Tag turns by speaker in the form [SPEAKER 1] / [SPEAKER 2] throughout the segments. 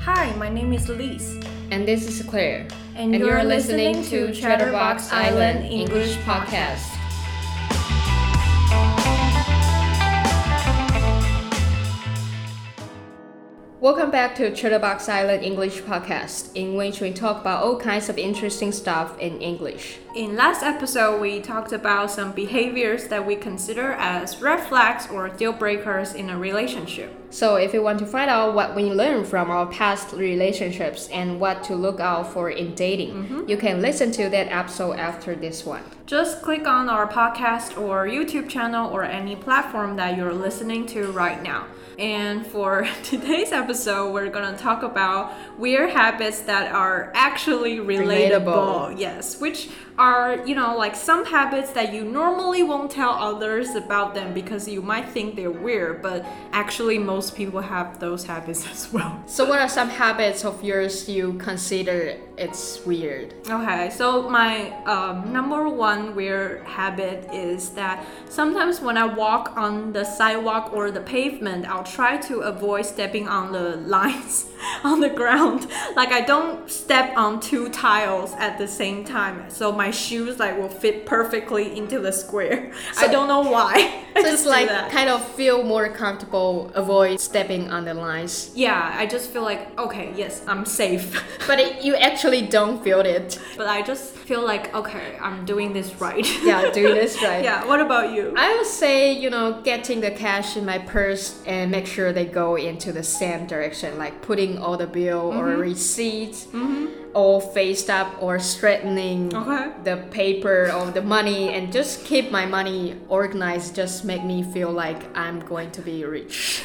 [SPEAKER 1] Hi, my name is Lise.
[SPEAKER 2] And this is Claire.
[SPEAKER 1] And you're listening to Chatterbox Island English
[SPEAKER 2] Podcast. Welcome back to Chatterbox Island English Podcast, in which we talk about all kinds of interesting stuff in English.
[SPEAKER 1] In last episode, we talked about some behaviors that we consider as red flags or deal breakers in a relationship.
[SPEAKER 2] So, if you want to find out what we learned from our past relationships and what to look out for in dating,
[SPEAKER 1] Mm-hmm.
[SPEAKER 2] you can listen to that episode after this one.
[SPEAKER 1] Just click on our podcast or YouTube channel or any platform that you're listening to right now. And for today's episode, we're gonna talk about weird habits that are actually relatable.
[SPEAKER 2] Relatable.
[SPEAKER 1] Yes, which are, you know, like some habits that you normally won't tell others about them because you might think they're weird, but actually, most people have those habits as well.
[SPEAKER 2] So, what are some habits of yours you consider it's weird?
[SPEAKER 1] Okay, so my um, number one weird habit is that sometimes when I walk on the sidewalk or the pavement, I'll try to avoid stepping on the lines on the ground. Like I don't step on two tiles at the same time, so my shoes like will fit perfectly into the square. I don't know why. I
[SPEAKER 2] So
[SPEAKER 1] just
[SPEAKER 2] it's
[SPEAKER 1] do
[SPEAKER 2] like
[SPEAKER 1] that.
[SPEAKER 2] kind of feel more comfortable, avoid stepping on the lines.
[SPEAKER 1] yeah, I just feel like okay, yes, I'm safe.
[SPEAKER 2] But it, you actually don't feel it.
[SPEAKER 1] but I just feel like okay, I'm doing this right.
[SPEAKER 2] Yeah, doing this right.
[SPEAKER 1] yeah. What about you?
[SPEAKER 2] I would say, you know, getting the cash in my purse and make sure they go into the same direction, like putting all the bill
[SPEAKER 1] Mm-hmm.
[SPEAKER 2] or receipts all faced up or straightening
[SPEAKER 1] Okay.
[SPEAKER 2] the paper of the money and just keep my money organized, just make me feel like I'm going to be rich.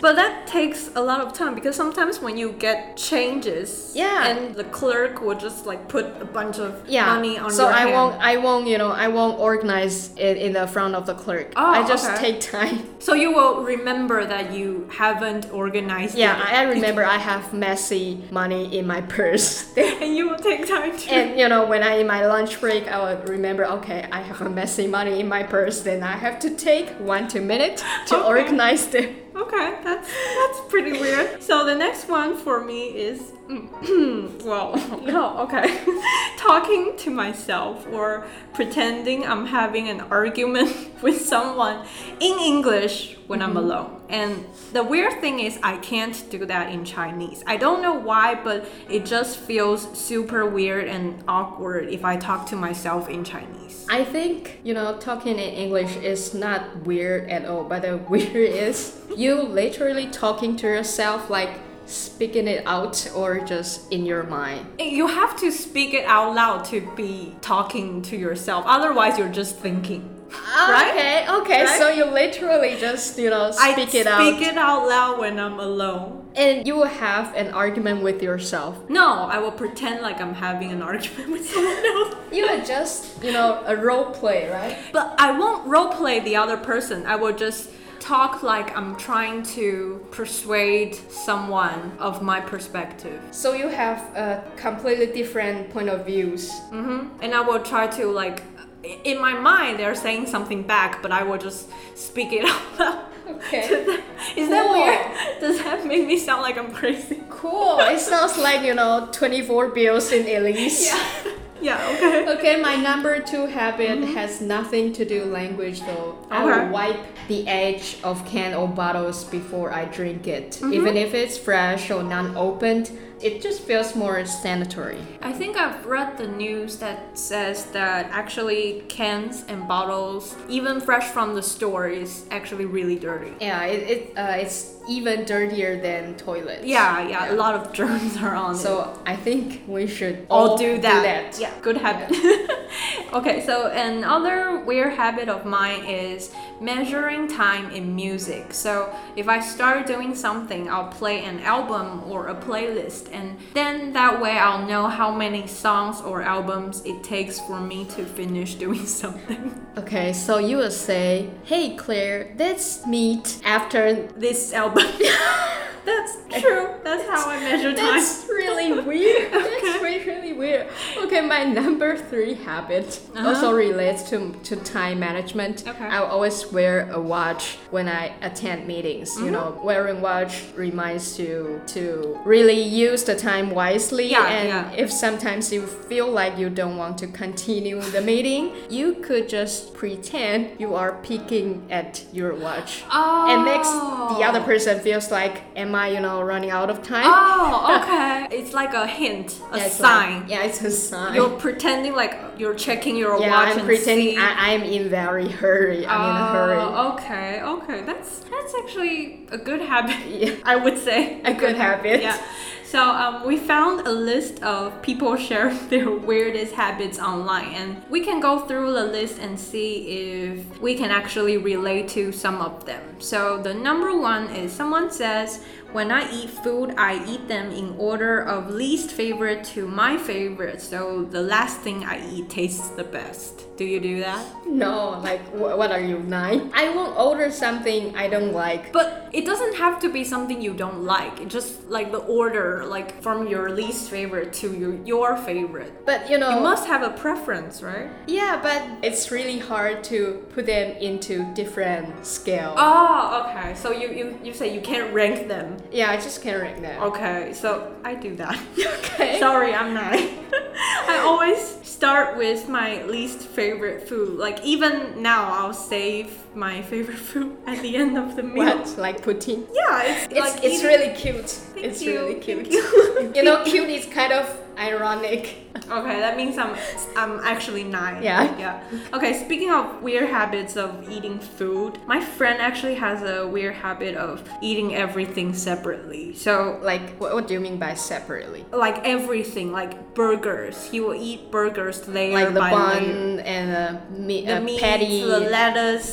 [SPEAKER 1] But that takes a lot of time because sometimes when you get changes,
[SPEAKER 2] Yeah.
[SPEAKER 1] and the clerk will just like put a bunch of
[SPEAKER 2] Yeah.
[SPEAKER 1] money on
[SPEAKER 2] so
[SPEAKER 1] your
[SPEAKER 2] I
[SPEAKER 1] hand.
[SPEAKER 2] won't I won't, you know, I won't organize it in the front of the clerk.
[SPEAKER 1] Oh,
[SPEAKER 2] I just
[SPEAKER 1] okay.
[SPEAKER 2] take time.
[SPEAKER 1] So you will remember that you haven't organized.
[SPEAKER 2] Yeah,
[SPEAKER 1] it.
[SPEAKER 2] I remember I have messy money in my purse.
[SPEAKER 1] and you will take time to.
[SPEAKER 2] And you know, when I in my lunch break, I would remember, okay, I have a messy money in my purse, then I have to take one two minutes to
[SPEAKER 1] Okay.
[SPEAKER 2] organize them.
[SPEAKER 1] okay, that's that's pretty weird. So the next one for me is, well, no, okay, talking to myself or pretending I'm having an argument with someone in English when I'm alone. And the weird thing is, I can't do that in Chinese. I don't know why, but it just feels super weird and awkward if I talk to myself in Chinese.
[SPEAKER 2] I think you know, talking in English is not weird at all. But the weird is you literally talking to yourself, like speaking it out, or just in your mind.
[SPEAKER 1] Eh, You have to speak it out loud to be talking to yourself. Otherwise, you're just thinking. Right?
[SPEAKER 2] Okay, okay.
[SPEAKER 1] Right?
[SPEAKER 2] So you literally just you know
[SPEAKER 1] I
[SPEAKER 2] speak it out,
[SPEAKER 1] Speak it out loud when I'm alone.
[SPEAKER 2] and you will have an argument with yourself.
[SPEAKER 1] No, I will pretend like I'm having an argument with someone else.
[SPEAKER 2] You are just you know a role play, right?
[SPEAKER 1] But I won't roleplay the other person. I will just talk like I'm trying to persuade someone of my perspective.
[SPEAKER 2] So you have a completely different point of views.
[SPEAKER 1] Mm. And I will try to like in my mind they're saying something back, but I will just speak it out loud.
[SPEAKER 2] Okay.
[SPEAKER 1] Is that
[SPEAKER 2] Cool.
[SPEAKER 1] weird? Does that make me sound like I'm crazy?
[SPEAKER 2] cool. It sounds like you know 24 bills in Elise.
[SPEAKER 1] Yeah, okay.
[SPEAKER 2] Okay, my number two habit has nothing to do language though. I
[SPEAKER 1] Mm-hmm. Okay.
[SPEAKER 2] will wipe the edge of can or bottles before I drink it,
[SPEAKER 1] Mm-hmm.
[SPEAKER 2] even if it's fresh or non-opened. It just feels more sanitary.
[SPEAKER 1] I think I've read the news that says that actually cans and bottles, even fresh from the store, is actually really dirty.
[SPEAKER 2] Yeah, it, it uh, it's even dirtier than toilets.
[SPEAKER 1] Yeah, yeah, a lot of germs are on it.
[SPEAKER 2] So I think we should
[SPEAKER 1] I'll
[SPEAKER 2] all
[SPEAKER 1] do that. Yeah, good habit. okay, so another weird habit of mine is measuring time in music. So if I start doing something, I'll play an album or a playlist, and then that way I'll know how many songs or albums it takes for me to finish doing something.
[SPEAKER 2] Okay, so you will say, "Hey Claire, let's meet after
[SPEAKER 1] This album. That's true. That's how I measure time.
[SPEAKER 2] That's really weird. That's
[SPEAKER 1] Okay.
[SPEAKER 2] really, really weird. Okay, my number three habit also relates to, to time management.
[SPEAKER 1] Uh-huh. Okay.
[SPEAKER 2] I always wear a watch when I attend meetings.
[SPEAKER 1] Mm-hmm.
[SPEAKER 2] You know, wearing watch reminds you to really use the time wisely.
[SPEAKER 1] Yeah,
[SPEAKER 2] and
[SPEAKER 1] yeah.
[SPEAKER 2] if sometimes you feel like you don't want to continue the meeting, you could just pretend you are peeking at your watch
[SPEAKER 1] Oh.
[SPEAKER 2] and makes the other person feels like am i you know running out of time
[SPEAKER 1] Oh, okay. it's like a hint, a
[SPEAKER 2] Yeah, it's
[SPEAKER 1] sign.
[SPEAKER 2] like- yeah it's a sign
[SPEAKER 1] You're pretending like you're checking your
[SPEAKER 2] yeah
[SPEAKER 1] watch
[SPEAKER 2] i'm
[SPEAKER 1] and
[SPEAKER 2] pretending
[SPEAKER 1] see.
[SPEAKER 2] I, i'm in very hurry i'm in a hurry
[SPEAKER 1] Oh, Okay, okay. That's that's actually a good habit,
[SPEAKER 2] yeah,
[SPEAKER 1] I would say.
[SPEAKER 2] a good habit
[SPEAKER 1] Yeah. So um, we found a list of people sharing their weirdest habits online, and we can go through the list and see if we can actually relate to some of them. So the number one is someone says, "When I eat food, I eat them in order of least favorite to my favorite, so the last thing I eat tastes the best." Do you do that?
[SPEAKER 2] no like wh- what are you nine i won't order something i don't like
[SPEAKER 1] But it doesn't have to be something you don't like. It just like the order, like from your least favorite to your your favorite.
[SPEAKER 2] but you know
[SPEAKER 1] You must have a preference, right?
[SPEAKER 2] yeah but it's really hard to put them into different scale
[SPEAKER 1] Oh, okay. So you you, you say you can't rank them.
[SPEAKER 2] yeah i just can't rank them
[SPEAKER 1] Okay, so I do that.
[SPEAKER 2] okay
[SPEAKER 1] Sorry, I'm not. I always start with my least favorite food. Like even now, I'll save my favorite food at the end of the meal.
[SPEAKER 2] what like putin
[SPEAKER 1] Yeah, it's
[SPEAKER 2] It's,
[SPEAKER 1] like
[SPEAKER 2] it's
[SPEAKER 1] eating-
[SPEAKER 2] really cute. it's
[SPEAKER 1] you,
[SPEAKER 2] really
[SPEAKER 1] thank
[SPEAKER 2] cute. You. know, cute is kind of ironic.
[SPEAKER 1] Okay, that means I'm I'm actually nine.
[SPEAKER 2] Yeah.
[SPEAKER 1] Yeah. Okay, speaking of weird habits of eating food, my friend actually has a weird habit of eating everything separately. So
[SPEAKER 2] Like, what, what do you mean by separately?
[SPEAKER 1] like everything, like burgers. He will eat burgers layer
[SPEAKER 2] Like the
[SPEAKER 1] by
[SPEAKER 2] bun
[SPEAKER 1] layer.
[SPEAKER 2] and the, me-
[SPEAKER 1] The
[SPEAKER 2] uh,
[SPEAKER 1] meat,
[SPEAKER 2] patty,
[SPEAKER 1] the
[SPEAKER 2] the,
[SPEAKER 1] lettuce.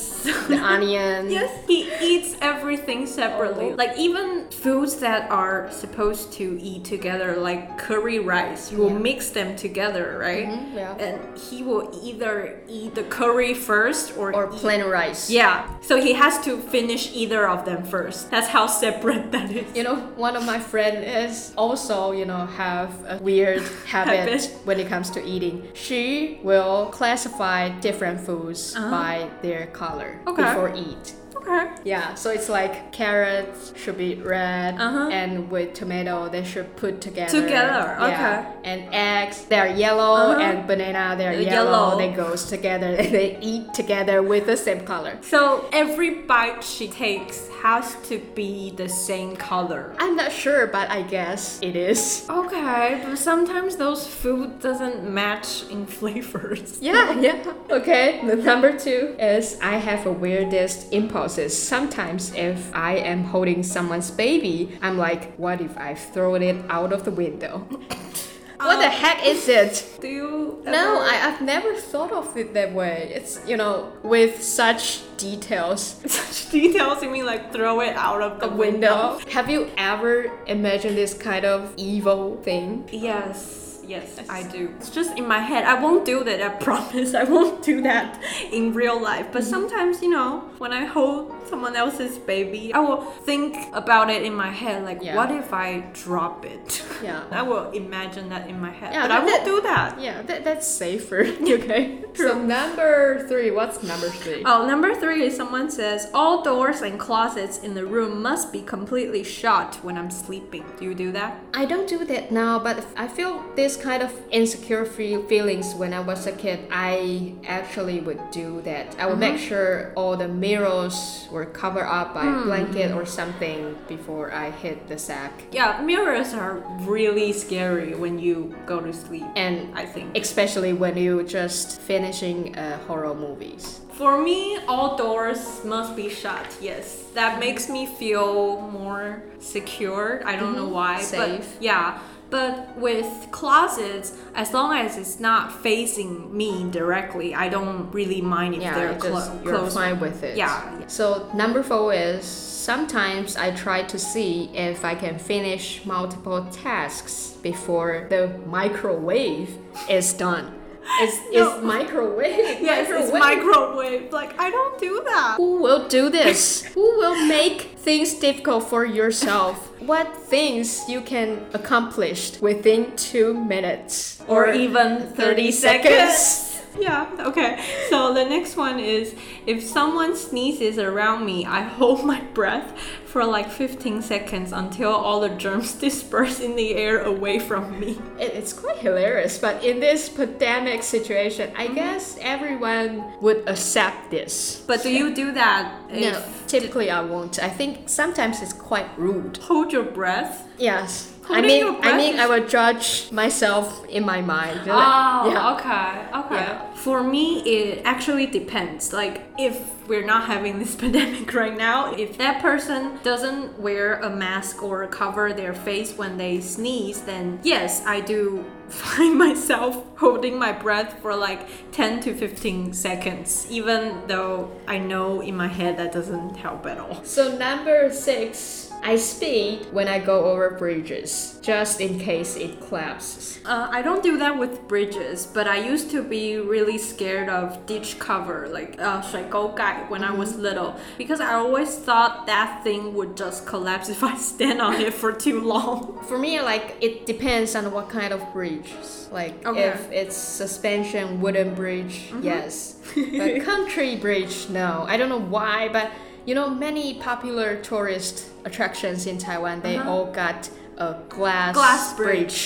[SPEAKER 2] onion.
[SPEAKER 1] Yes, he eats everything
[SPEAKER 2] Oh.
[SPEAKER 1] separately. Like even foods that are supposed to eat together, like curry rice, you will
[SPEAKER 2] Yeah.
[SPEAKER 1] mix them together, right?
[SPEAKER 2] Mhm, yeah.
[SPEAKER 1] And he will either eat the curry first or
[SPEAKER 2] Or
[SPEAKER 1] eat-
[SPEAKER 2] plain rice.
[SPEAKER 1] Yeah, so he has to finish either of them first. That's how separate that is.
[SPEAKER 2] You know, one of my friend is also, you know, have a weird habit
[SPEAKER 1] Habit.
[SPEAKER 2] when it comes to eating. She will classify different foods by their color
[SPEAKER 1] Uh-huh. Okay.
[SPEAKER 2] before eat.
[SPEAKER 1] Okay.
[SPEAKER 2] Yeah, so it's like carrots should be red,
[SPEAKER 1] Uh-huh.
[SPEAKER 2] and with tomato they should put together.
[SPEAKER 1] Together,
[SPEAKER 2] yeah. And eggs they are yellow,
[SPEAKER 1] Uh-huh.
[SPEAKER 2] and banana they are
[SPEAKER 1] They're
[SPEAKER 2] yellow.
[SPEAKER 1] yellow.
[SPEAKER 2] They goes together and they eat together with the same color.
[SPEAKER 1] So every bite she takes has to be the same color.
[SPEAKER 2] I'm not sure, but I guess it is.
[SPEAKER 1] Okay, but sometimes those food doesn't match in flavors.
[SPEAKER 2] Yeah, yeah. Okay, the number two is I have a weirdest impulses. Sometimes if I am holding someone's baby, I'm like, what if I throw it out of the window? what
[SPEAKER 1] Oh.
[SPEAKER 2] the heck is it?
[SPEAKER 1] Do you?
[SPEAKER 2] No, I, I've never thought of it that way. It's, you know, with such details.
[SPEAKER 1] such details. You mean like throw it out of the
[SPEAKER 2] A window. Have you ever imagined this kind of evil thing?
[SPEAKER 1] Yes, yes, I do. It's just in my head. I won't do that. I promise. I won't do that in real life. But sometimes, you know, when I hold someone else's baby, I will think about it in my head. Like,
[SPEAKER 2] Yeah.
[SPEAKER 1] what if I drop it?
[SPEAKER 2] Yeah.
[SPEAKER 1] I will imagine that in my head.
[SPEAKER 2] Yeah,
[SPEAKER 1] but I
[SPEAKER 2] that-
[SPEAKER 1] won't do that.
[SPEAKER 2] Yeah, that, that's safer. okay. Uh, So, number three. What's number three?
[SPEAKER 1] Oh, number three is someone says all doors and closets in the room must be completely shut when I'm sleeping. Do you do that?
[SPEAKER 2] I don't do that now, but I feel this kind of insecure fe- feelings when I was a kid. I actually would do that. I would make sure all the mirrors were covered up by a blanket or something before I hit the sack.
[SPEAKER 1] Yeah, mirrors are really scary when you go to sleep.
[SPEAKER 2] And
[SPEAKER 1] I think
[SPEAKER 2] especially when you just finishing uh, horror movies.
[SPEAKER 1] for me, all doors must be shut. Yes,
[SPEAKER 2] Mm-hmm.
[SPEAKER 1] that makes me feel more secure. I don't know why,
[SPEAKER 2] Mm-hmm. Safe.
[SPEAKER 1] but yeah. But with closets, as long as it's not facing me directly, I don't really mind if
[SPEAKER 2] Yeah,
[SPEAKER 1] they're
[SPEAKER 2] you
[SPEAKER 1] clo-
[SPEAKER 2] just, you're
[SPEAKER 1] closed.
[SPEAKER 2] fine with it.
[SPEAKER 1] Yeah.
[SPEAKER 2] So number four is sometimes I try to see if I can finish multiple tasks before the microwave is done. It's,
[SPEAKER 1] No.
[SPEAKER 2] it's microwave.
[SPEAKER 1] Yes, it's microwave. Like I don't do that.
[SPEAKER 2] Who will do this? Who will make things difficult for yourself. what things you can accomplish within two minutes
[SPEAKER 1] or even 30 seconds. Yeah, okay. So the next one is if someone sneezes around me, I hold my breath for like 15 seconds until all the germs disperse in the air away from me.
[SPEAKER 2] It- It's quite hilarious, but in this pandemic situation,
[SPEAKER 1] Mm-hmm.
[SPEAKER 2] I guess everyone would accept this.
[SPEAKER 1] But do you do that? If
[SPEAKER 2] No, typically I won't. I think sometimes it's quite rude.
[SPEAKER 1] Hold your breath.
[SPEAKER 2] Yes. I
[SPEAKER 1] Holding
[SPEAKER 2] mean,
[SPEAKER 1] your
[SPEAKER 2] I
[SPEAKER 1] breath
[SPEAKER 2] mean,
[SPEAKER 1] is-
[SPEAKER 2] I will judge myself in my mind. Like,
[SPEAKER 1] Oh,
[SPEAKER 2] yeah.
[SPEAKER 1] okay, okay.
[SPEAKER 2] Yeah.
[SPEAKER 1] For me, it actually depends. Like, if we're not having this pandemic right now, if that person doesn't wear a mask or cover their face when they sneeze, then yes, I do find myself holding my breath for like 10 to 15 seconds, even though I know in my head that doesn't help at all.
[SPEAKER 2] So number six, I speed when I go over bridges, just in case it collapses.
[SPEAKER 1] Uh, I don't do that with bridges, but I used to be really scared of ditch cover, like uh, 水沟盖, when I was
[SPEAKER 2] Mm-hmm.
[SPEAKER 1] little, because I always thought that thing would just collapse if I stand on it for too long.
[SPEAKER 2] For me, like it depends on what kind of bridges. Like
[SPEAKER 1] Okay. Mm-hmm.
[SPEAKER 2] if it's suspension wooden bridge, yes. But country bridge, no. I don't know why, but you know many popular tourist attractions in Taiwan, they all got a glass
[SPEAKER 1] Uh-huh. Glass bridge,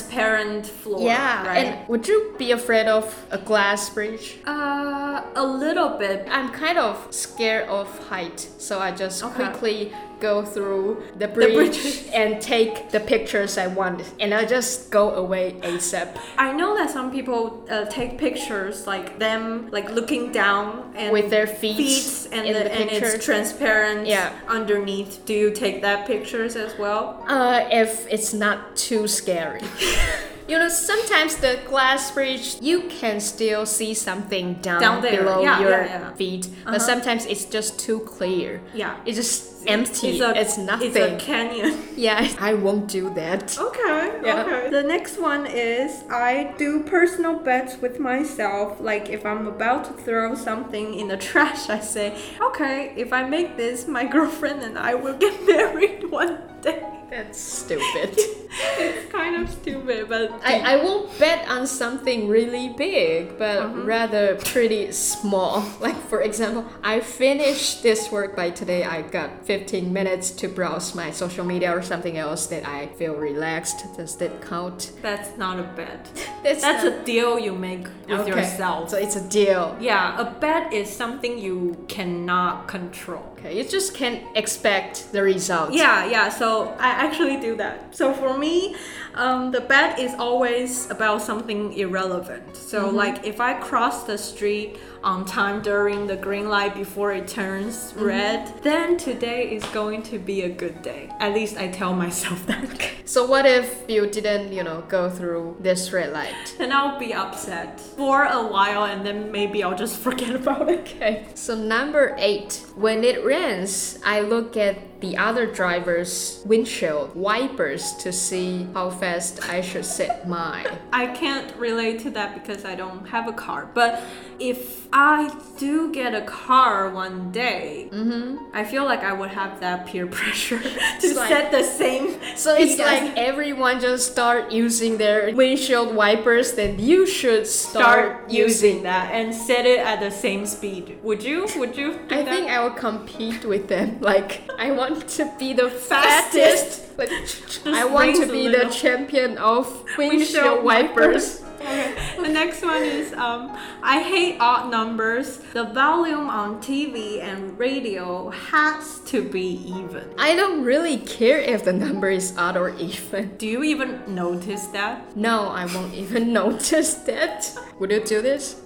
[SPEAKER 1] transparent floor.
[SPEAKER 2] Yeah,
[SPEAKER 1] right.
[SPEAKER 2] and would you be afraid of a glass bridge?
[SPEAKER 1] uh, a little bit.
[SPEAKER 2] I'm kind of scared of height, so I just
[SPEAKER 1] Okay.
[SPEAKER 2] quickly go through the bridge
[SPEAKER 1] bridges.
[SPEAKER 2] and take the pictures I want, and I just go away ASAP
[SPEAKER 1] I know that some people uh, take pictures like them, like looking down and
[SPEAKER 2] with their feet,
[SPEAKER 1] feet and,
[SPEAKER 2] in
[SPEAKER 1] the,
[SPEAKER 2] the
[SPEAKER 1] and
[SPEAKER 2] picture.
[SPEAKER 1] it's transparent
[SPEAKER 2] Yeah.
[SPEAKER 1] underneath. Do you take that pictures as well?
[SPEAKER 2] uh, if it's not too scary. You know, sometimes the glass bridge, you can still see something down,
[SPEAKER 1] Down there,
[SPEAKER 2] below
[SPEAKER 1] yeah,
[SPEAKER 2] your
[SPEAKER 1] yeah, yeah.
[SPEAKER 2] feet, but sometimes it's just too clear.
[SPEAKER 1] Yeah.
[SPEAKER 2] It's just empty. It's, nothing.
[SPEAKER 1] It's a canyon.
[SPEAKER 2] yeah, I won't do that.
[SPEAKER 1] Okay.
[SPEAKER 2] Yeah.
[SPEAKER 1] Okay. The next one is I do personal bets with myself. Like if I'm about to throw something in the trash, I say, okay, if I make this, my girlfriend and I will get married one day.
[SPEAKER 2] That's stupid.
[SPEAKER 1] it's kind of stupid, but
[SPEAKER 2] I, I won't bet on something really big, but
[SPEAKER 1] Uh-huh.
[SPEAKER 2] rather pretty small. Like, for example, I finished this work by today. I got 15 minutes to browse my social media or something else that I feel relaxed. Does that count?
[SPEAKER 1] that's not a bet.
[SPEAKER 2] That's,
[SPEAKER 1] That's
[SPEAKER 2] not-
[SPEAKER 1] a deal you make with
[SPEAKER 2] Okay.
[SPEAKER 1] yourself.
[SPEAKER 2] So it's a deal.
[SPEAKER 1] Yeah, a bet is something you cannot control.
[SPEAKER 2] Okay, you just can't expect the result.
[SPEAKER 1] Yeah, yeah. So I actually do that. So for me, um, the bet is always about something irrelevant. So like if I cross the street on time during the green light before it turns red, then today is going to be a good day. At least I tell myself that.
[SPEAKER 2] So what if you didn't, you know, go through this red light?
[SPEAKER 1] then I'll be upset for a while, and then maybe I'll just forget about it.
[SPEAKER 2] Okay. So number eight, when it rains, I look at the other driver's windshield wipers to see how fast I should set mine.
[SPEAKER 1] I can't relate to that because I don't have a car. But if I do get a car one day,
[SPEAKER 2] Mm-hmm.
[SPEAKER 1] I feel like I would have that peer pressure to
[SPEAKER 2] like-
[SPEAKER 1] set the same.
[SPEAKER 2] So it's
[SPEAKER 1] speed as-
[SPEAKER 2] like everyone just start using their windshield wipers, then you should start,
[SPEAKER 1] start using that and set it at the same speed. Would you? Would you? Do
[SPEAKER 2] I
[SPEAKER 1] that?
[SPEAKER 2] think I will compete with them. Like I want to be the
[SPEAKER 1] Fastest.
[SPEAKER 2] fastest. Like, I want to
[SPEAKER 1] raise a
[SPEAKER 2] be the
[SPEAKER 1] little.
[SPEAKER 2] champion of
[SPEAKER 1] Windshield
[SPEAKER 2] windshield
[SPEAKER 1] Okay.
[SPEAKER 2] wipers.
[SPEAKER 1] The next one is um, I hate odd numbers. The volume on TV and radio has to be even.
[SPEAKER 2] I don't really care if the number is odd or even.
[SPEAKER 1] Do you even notice that?
[SPEAKER 2] No, I won't even notice that. Would you do this?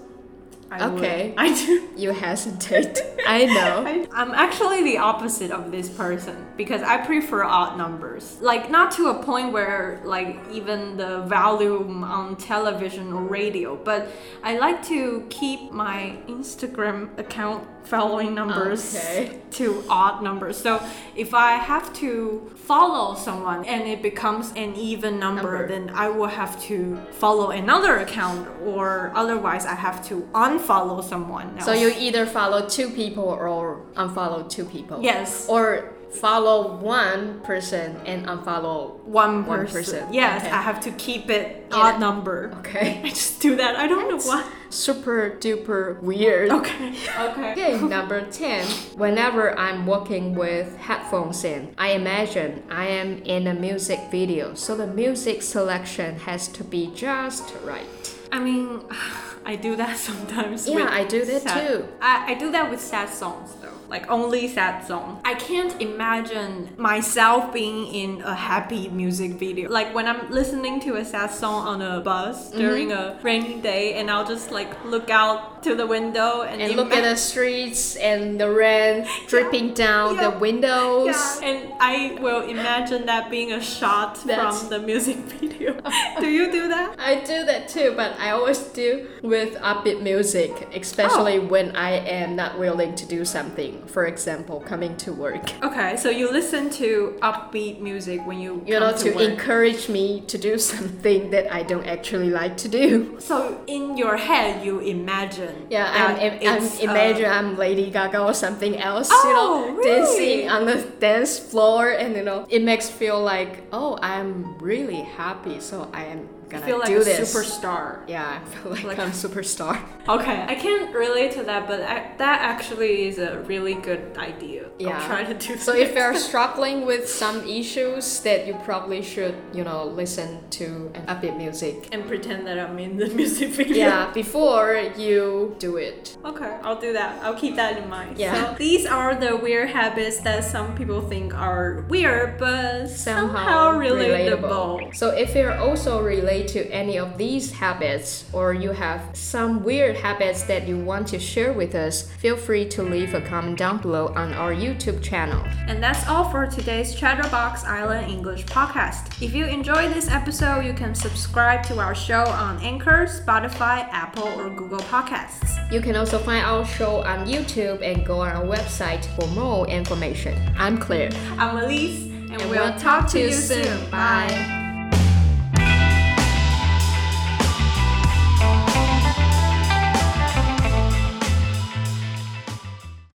[SPEAKER 1] I would.
[SPEAKER 2] Okay.
[SPEAKER 1] I do.
[SPEAKER 2] You hesitate. I know.
[SPEAKER 1] I- I'm actually the opposite of this person because I prefer odd numbers. Like not to a point where like even the volume on television or radio, but I like to keep my Instagram account following numbers
[SPEAKER 2] Okay.
[SPEAKER 1] to odd numbers. So if I have to follow someone and it becomes an even number,
[SPEAKER 2] Number.
[SPEAKER 1] then I will have to follow another account or otherwise I have to unfollow someone else.
[SPEAKER 2] So you either follow two people or unfollow two people.
[SPEAKER 1] Yes.
[SPEAKER 2] Or follow one person and unfollow.
[SPEAKER 1] One person.
[SPEAKER 2] One person.
[SPEAKER 1] Yes,
[SPEAKER 2] Okay.
[SPEAKER 1] I have to keep it
[SPEAKER 2] Yeah.
[SPEAKER 1] odd number.
[SPEAKER 2] Okay.
[SPEAKER 1] I just do that. I don't know why.
[SPEAKER 2] Super duper weird.
[SPEAKER 1] Okay. Okay.
[SPEAKER 2] Okay, number 10. Whenever I'm walking with headphones in, I imagine I am in a music video, so the music selection has to be just right.
[SPEAKER 1] I mean, I do that sometimes.
[SPEAKER 2] Yeah,
[SPEAKER 1] with
[SPEAKER 2] I do that
[SPEAKER 1] sad-
[SPEAKER 2] too.
[SPEAKER 1] I, I do that with sad songs though, like only sad songs. I can't imagine myself being in a happy music video. Like when I'm listening to a sad song on a
[SPEAKER 2] Mm-hmm.
[SPEAKER 1] bus during a rainy day, and I'll just like look out to the window and,
[SPEAKER 2] And look at
[SPEAKER 1] ima-
[SPEAKER 2] the streets and the rain dripping down
[SPEAKER 1] yeah,
[SPEAKER 2] the windows.
[SPEAKER 1] Yeah, and I will imagine that being a shot
[SPEAKER 2] That's-
[SPEAKER 1] from the music video. do you do that?
[SPEAKER 2] I do that too, but I always do with upbeat music, especially
[SPEAKER 1] Oh.
[SPEAKER 2] when I am not willing to do something. For example, coming to work.
[SPEAKER 1] Okay, so you listen to upbeat music when you
[SPEAKER 2] You
[SPEAKER 1] come
[SPEAKER 2] know, to,
[SPEAKER 1] work.
[SPEAKER 2] encourage me to do something that I don't actually like to do.
[SPEAKER 1] So in your head, you imagine.
[SPEAKER 2] Yeah, I'm,
[SPEAKER 1] that
[SPEAKER 2] I'm, I'm
[SPEAKER 1] it's, uh,
[SPEAKER 2] imagine I'm Lady Gaga or something else, you
[SPEAKER 1] Oh,
[SPEAKER 2] know,
[SPEAKER 1] really?
[SPEAKER 2] dancing on the dance floor, and you know, it makes feel like, oh, I'm really happy, so I am
[SPEAKER 1] I
[SPEAKER 2] gonna
[SPEAKER 1] feel like
[SPEAKER 2] do
[SPEAKER 1] a
[SPEAKER 2] this.
[SPEAKER 1] superstar.
[SPEAKER 2] yeah, I feel like,
[SPEAKER 1] Like-
[SPEAKER 2] I'm superstar.
[SPEAKER 1] Okay, I can't relate to that, but I, that actually is a really good idea.
[SPEAKER 2] Yeah.
[SPEAKER 1] I'll try to do.
[SPEAKER 2] So if
[SPEAKER 1] that.
[SPEAKER 2] you're struggling with some issues, that you probably should, you know, listen to an upbeat music.
[SPEAKER 1] and pretend that I'm in the music video.
[SPEAKER 2] Yeah, before you do it.
[SPEAKER 1] Okay, I'll do that. I'll keep that in mind.
[SPEAKER 2] Yeah.
[SPEAKER 1] So these are the weird habits that some people think are weird, but somehow, relatable.
[SPEAKER 2] So if you're also relate to any of these habits or you have some weird habits that you want to share with us, feel free to leave a comment down below on our YouTube channel.
[SPEAKER 1] And that's all for today's Chatterbox Island English podcast. If you enjoyed this episode, you can subscribe to our show on Anchor, Spotify, Apple, or Google Podcasts.
[SPEAKER 2] You can also find our show on YouTube and go on our website for more information. I'm Claire.
[SPEAKER 1] I'm Elise, and,
[SPEAKER 2] And
[SPEAKER 1] we'll, talk to you soon. Bye.